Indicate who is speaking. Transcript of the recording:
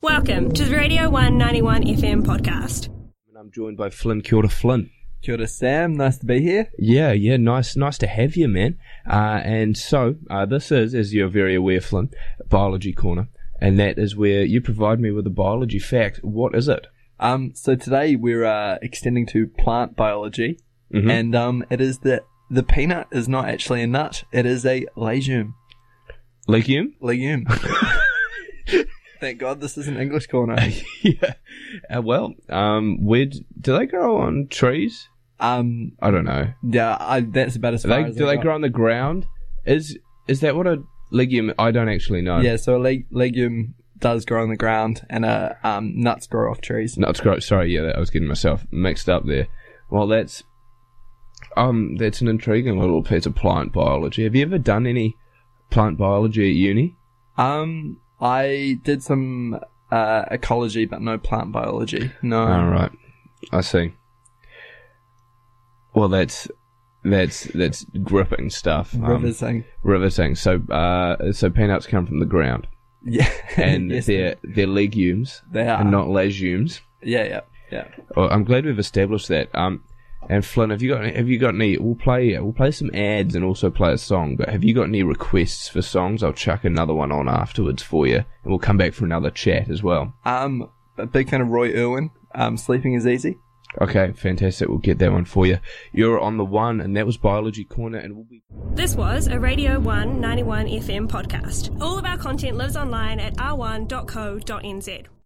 Speaker 1: Welcome to the Radio 191 FM podcast.
Speaker 2: And I'm joined by Flynn. Kia ora, Flynn.
Speaker 3: Kia ora, Sam. Nice to be here.
Speaker 2: Yeah, yeah, nice, nice to have you, man. Uh, and so uh, this is, as you're very aware, Flynn, biology corner, and that is where you provide me with a biology fact. What is it?
Speaker 3: Um, so today we're uh, extending to plant biology,
Speaker 2: Mhm.
Speaker 3: and um, it is that the peanut is not actually a nut; it is a legume.
Speaker 2: Legume.
Speaker 3: Legume. Thank God this is an English corner.
Speaker 2: yeah. Uh, well, um, where d- do they grow on trees?
Speaker 3: Um,
Speaker 2: I don't know.
Speaker 3: yeah, I, that's about as
Speaker 2: Do
Speaker 3: far
Speaker 2: they,
Speaker 3: as
Speaker 2: do
Speaker 3: I
Speaker 2: they
Speaker 3: got.
Speaker 2: grow on the ground? Is is that what a legume? I don't actually know.
Speaker 3: Yeah, so a leg- legume does grow on the ground, and uh, um, nuts grow off trees.
Speaker 2: Nuts grow. Sorry, yeah, that, I was getting myself mixed up there. Well, that's um, that's an intriguing little piece of plant biology. Have you ever done any plant biology at uni?
Speaker 3: Um, I did some uh, ecology, but no plant biology. No.
Speaker 2: All right, I see. Well, that's that's that's gripping stuff. Um,
Speaker 3: Rivers thing.
Speaker 2: riveting. So, uh, so peanuts come from the ground,
Speaker 3: Yeah.
Speaker 2: and
Speaker 3: Yes, Ah.
Speaker 2: they're they're legumes
Speaker 3: they are.
Speaker 2: and not legumes.
Speaker 3: Yeah, yeah, yeah.
Speaker 2: Well, Oh, I'm glad we've established that. Um, and Flynn, have you got have you got any? We'll play we'll play some ads and also play a song. But have you got any requests for songs? I'll chuck another one on afterwards for you, and we'll come back for another chat as well.
Speaker 3: Um, a big fan of Roy Irwin. Um, sleeping is easy.
Speaker 2: Okay, fantastic. We'll get that one for you. You're on the one, and that was Biology Corner, and we'll be.
Speaker 1: This was a Radio 191 FM podcast. All of our content lives online at r1.co.nz.